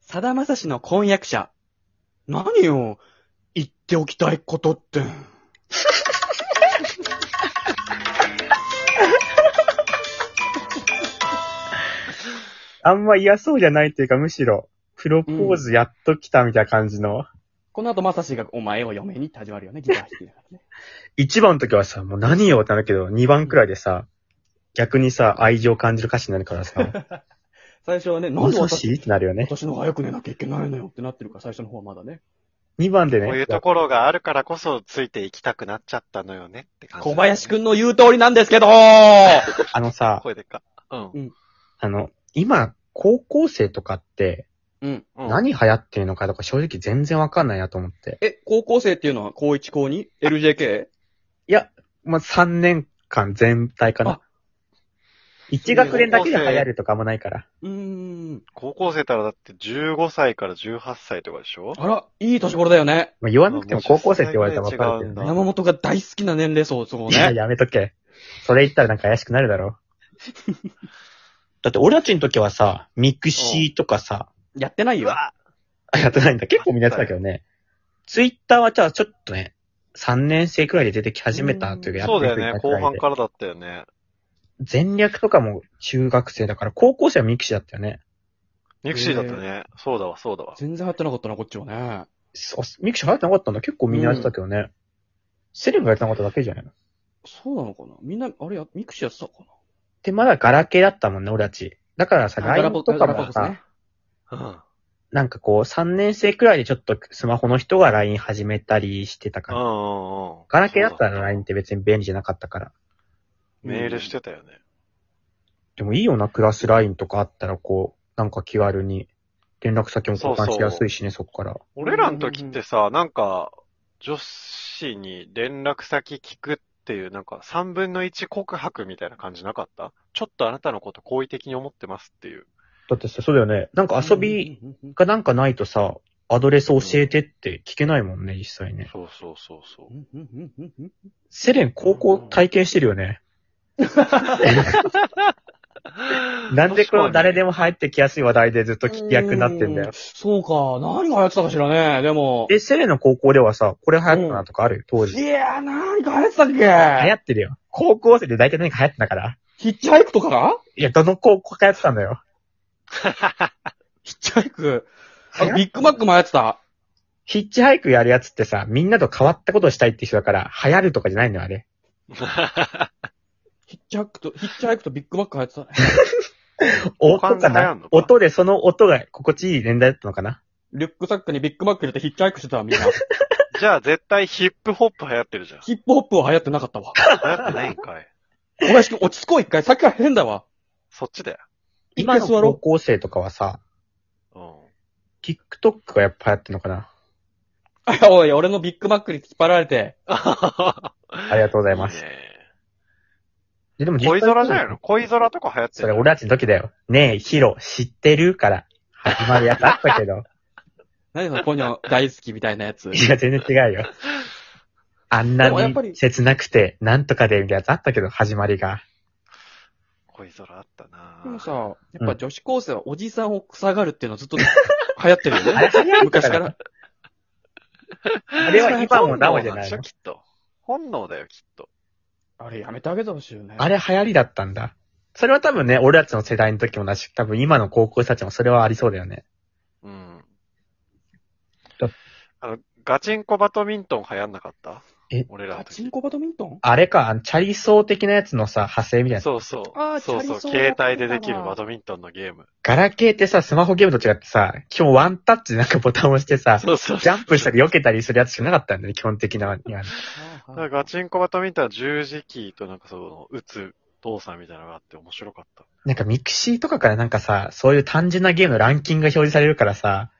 さだまさしの婚約者。何よ、言っておきたいことって。あんま嫌そうじゃないっていうか、むしろ、プロポーズやっと来たみたいな感じの。この後まさしがお前を嫁にたじわるよね、ギター弾きながらね。 1番の時はさ、もう何よってなるけど、2番くらいでさ、逆にさ、愛情を感じる歌詞になる からさ、 最初はね、なもんでしも私しってなるよね。私の方が早く寝なきゃいけないのよってなってるから、最初の方はまだね。 2番でこういねう、ところがあるからこそついていきたくなっちゃったのよねって感じ、小林くん。んの言う通りなんです けどあのさ、声でか。うん。あの、今、高校生とかって、うん。うん、何流行ってるのかとか正直全然わかんないなと思って。え、高校生っていうのは高1高 2?LJK? いや、まあ、3年間全体あかな。1学年だけで流行るとかもないから。うーん。高校生たらだって15歳から18歳とかでしょあら、いい年頃だよね。まあ、言わなくても高校生って言われたらわかるけどあね。山本が大好きな年齢層、そういや、ね。やめとけ。それ言ったらなんか怪しくなるだろう。 だって俺たちの時はさ、ミクシーとかさ、やってないよ。あ、やってないんだ。結構みんなやってたけどね。ツイッターはじゃあちょっとね、3年生くらいで出てき始めたというか、そうだやっよてねくれた。く後らい半で。からだったよね。全略とかも中学生だから、高校生はミクシーだったよね。ミクシーだったね。そうだわ、そうだわ。全然入ってなかったな、こっちはね。そう、ミクシー流行ってなかったんだ。結構みんなやってたけどね。セレブがやってなかっただけじゃないのそうなのかなみんな、あれや、ミクシーやってたかで、まだガラケーだったもんね、俺たち。だからさ、なガラ LINE ポとかガラポもですねさ、。うん。なんかこう、3年生くらいでちょっとスマホの人が LINE 始めたりしてたから。うんうんうん。ガラケーだったらそう LINE って別に便利じゃなかったから。メールしてたよね。でもいいよな、クラス LINE とかあったらこう、なんか気軽に連絡先も交換しやすいしね、そこから。俺らの時ってさ、なんか、女子に連絡先聞くっていう、なんか、3分の1告白みたいな感じなかったちょっとあなたのこと好意的に思ってますっていう。だってさ、そうだよね。なんか遊びうんうんうんうん、がなんかないとさ、アドレス教えてって聞けないもんね、実際ね。そうそうそうそう。うんうんうんうんうんセレン高校体験してるよね。 なんでこの誰でも。も入ってきやすい話題でずっと聞き役になってんだうよ。そうか。何が流行ってたかしらね。でも。え、セレンの高校ではさ、これ流行ったなとかある当い時。やー、何が流行ってたっけ流行ってるよ。高校生で大体何か流行ってたから。ヒッチハイクとかがいや、どの高校かやってたんだよ。ヒッチハイク。あ流行ビッグマックも流行ってた。ヒッチハイクやるやつってさ、みんなと変わったことをしたいって人だから、流行るとかじゃないのよ、あれ。ヒッチハイクと、ヒッチハイクとビッグマック流行ってたね。音他かに流行んなのか音でその音が心地いい年代だったのかなリュックサックにビッグマック入れてヒッチハイクしてたわ、 みんな。じゃあ絶対ヒップホップ流行ってるじゃん。ヒップホップは流行ってなかったわ。流行ってないんかい。小林くん、落ち着こう一回。さっきから変だわ。そっちだよ。一今回の座高ろ校生とかはさ、 うん。 TikTok がやっぱ流行ってんのかなう。あ おい、俺のビッグマックに引っ張られて。あありがとうございます。ででも恋空じゃないのの恋空とか流行ってそるれ俺たちの時だよ。ねえ、ヒロ、知ってるから、始まるやつあったけ ど。何そのポニョ大好きみたいな やつ。いや、全然違うよ。あんなでもやっぱりに切なくて、なんとかで、みたいなやつあったけど、始まりが。恋空あったなでもさ、やっぱ女子高生はおじさんを臭がるっていうのは ずっと流行ってるよあね。れ流行った昔か。からら。あれは今もなおじゃ本能んなでいしょのきっと。本能だよ、きっと。あれやめてあげてほしいよね。あれ流行りだったんだ。それは多分ね、俺たちの世代の時もだし、多分今の高校生たちもそれはありそうだよね。うんだ。あの、ガチンコバドミントン流行んなかったえ俺らガのチン時。コバドミントンあれか、あのチャリソー的なやつのさ、派生みたいな。そうそう。あーそうそう。チャリソーだ携ったな帯でできるバドミントンのゲーム。ガラケーってさ、スマホゲームと違ってさ、基本ワンタッチでなんかボタンを押してさ、そうそう。ジャンプしたり避けたりするやつしかなかったんだよね、基本的なにはね。だからガチンコバドミントンは十字キーとなんかその、打つ動作みたいなのがあって面白かった。なんかミクシーとかからなんかさ、そういう単純なゲームのランキングが表示されるからさ、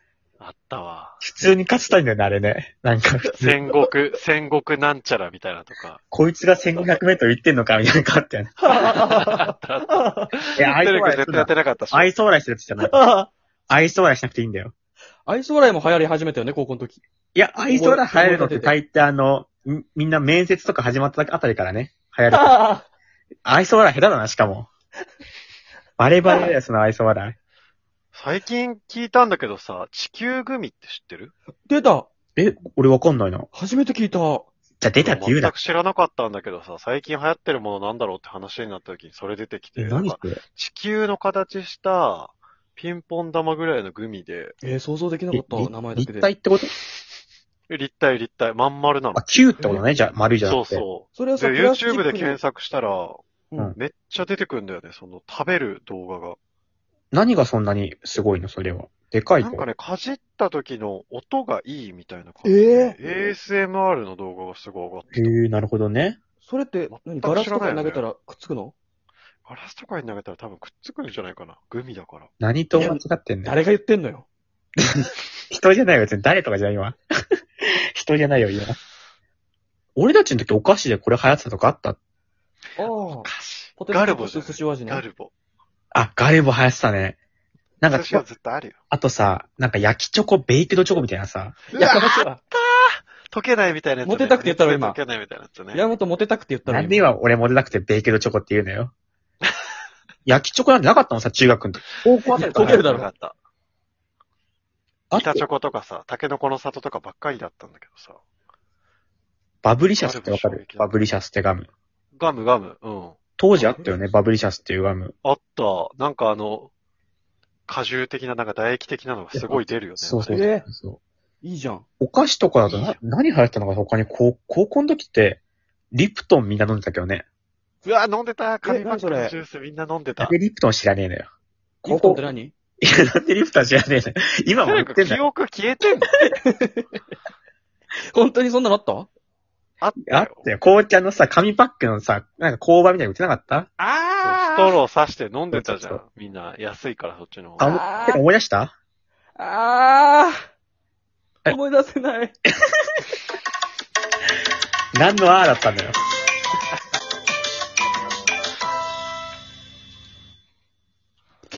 あったわ。普通に勝ちたいんだよね、あれね。なんか普通に。 戦国、戦国なんちゃらみたいなとか。こいつが1500メートル行ってんのか、みたいなのがあ ったよね。あったあった。いや、愛テレ想ビ笑いする絶対やなってなかったし。愛想笑いしてるやつじゃない。愛想笑いしなくていいんだよ。愛想笑いも流行り始めたよね、高校の時。いや、愛想が流行るのって大抵あの、みみんな面接とか始まったあたりからね、流行る。愛想笑い下手だな、しかも。バレバレだよ、その愛想笑最近聞いたんだけどさ、地球グミって知ってる出たえ、俺わかんないな。初めて聞いた。じゃあ出たって言う全な。く知らなかったんだけどさ、最近流行ってるものなんだろうって話になった時にそれ出てきて、え、なん何かそれ地球の形したピンポン玉ぐらいのグミで、えー、想像できなかっえた。立名前だけ立で。体ってこと立体立体、まん丸なのあ、。球ってことね。じゃあ丸じゃなそうくて。そそれう。はでさ、、プラスチッ YouTube クでに検索したら、うんめっちゃ出てくるんだよね、その食べる動画が。何がそんなにすごいのそれは。でかいなんとか。ね、かじった時の音がいいみたいな感じえで、ASMR の動画がすごい上がっへてた。え、なるほどね。それって、何全ガくラ知スらとないかよにね投げたらくっつくのガラスとかに投げたら多分くっつくんじゃないかな。グミだから。何と間違ってんね誰が言ってんのよ。人じゃないよ。別に誰とかじゃない今。 人じゃないよ、今。俺たちの時お菓子でこれ流行ってたとかあったああ。ポテガルトボじゃとない寿司味ね。ガルボ。あ、ガレボ流行ってたね。なんか寿、司はずっとあるよ。あとさ、なんか焼きチョコ、ベイクドチョコみたいなさ。いや、私は、溶けないみたいなやつ、ね。モテたくて言ったろ今熱で溶けないみたいなやつね。山本モテたくて言ったのなにんで今俺モテなくてベイクドチョコって言うの よ。焼きチョコなんてなかったのさ、中学の時。高校あたり溶けるだろなかった。あ板とチョコとかさ、タケノコの里とかばっかりだったんだけどさ。バブリシャスってわかるバブリシャスってガム。ガムガム。うん。当時あったよね、バブリシャスっていうガム。あった。なんかあの、果汁的な、なんか唾液的なのがすごい出るよね。そうそうあれえそう。いいじゃん。お菓子とかだとな、何流行ったのか他に高高校の時って、リプトンみんな飲んでたけどね。うわ、飲んでた。紙何パックそれのジュースみんな飲んなでんた。でリプトン知らねえのよ。リフトンって何いや、なんでリプトン知らねえのよ。今もな売んっかてんだ記よ。憶消えてんの本当にそんなのあったあったあっよ。たよ。紅茶のさ、紙パックのさ、なんか工場みたいに売ってなかったスあトロー刺して飲んでたじゃそうそん。みんな安いからそっちの方あが。の、てか思い出したああえ思い出せない。何のあーだったんだよ。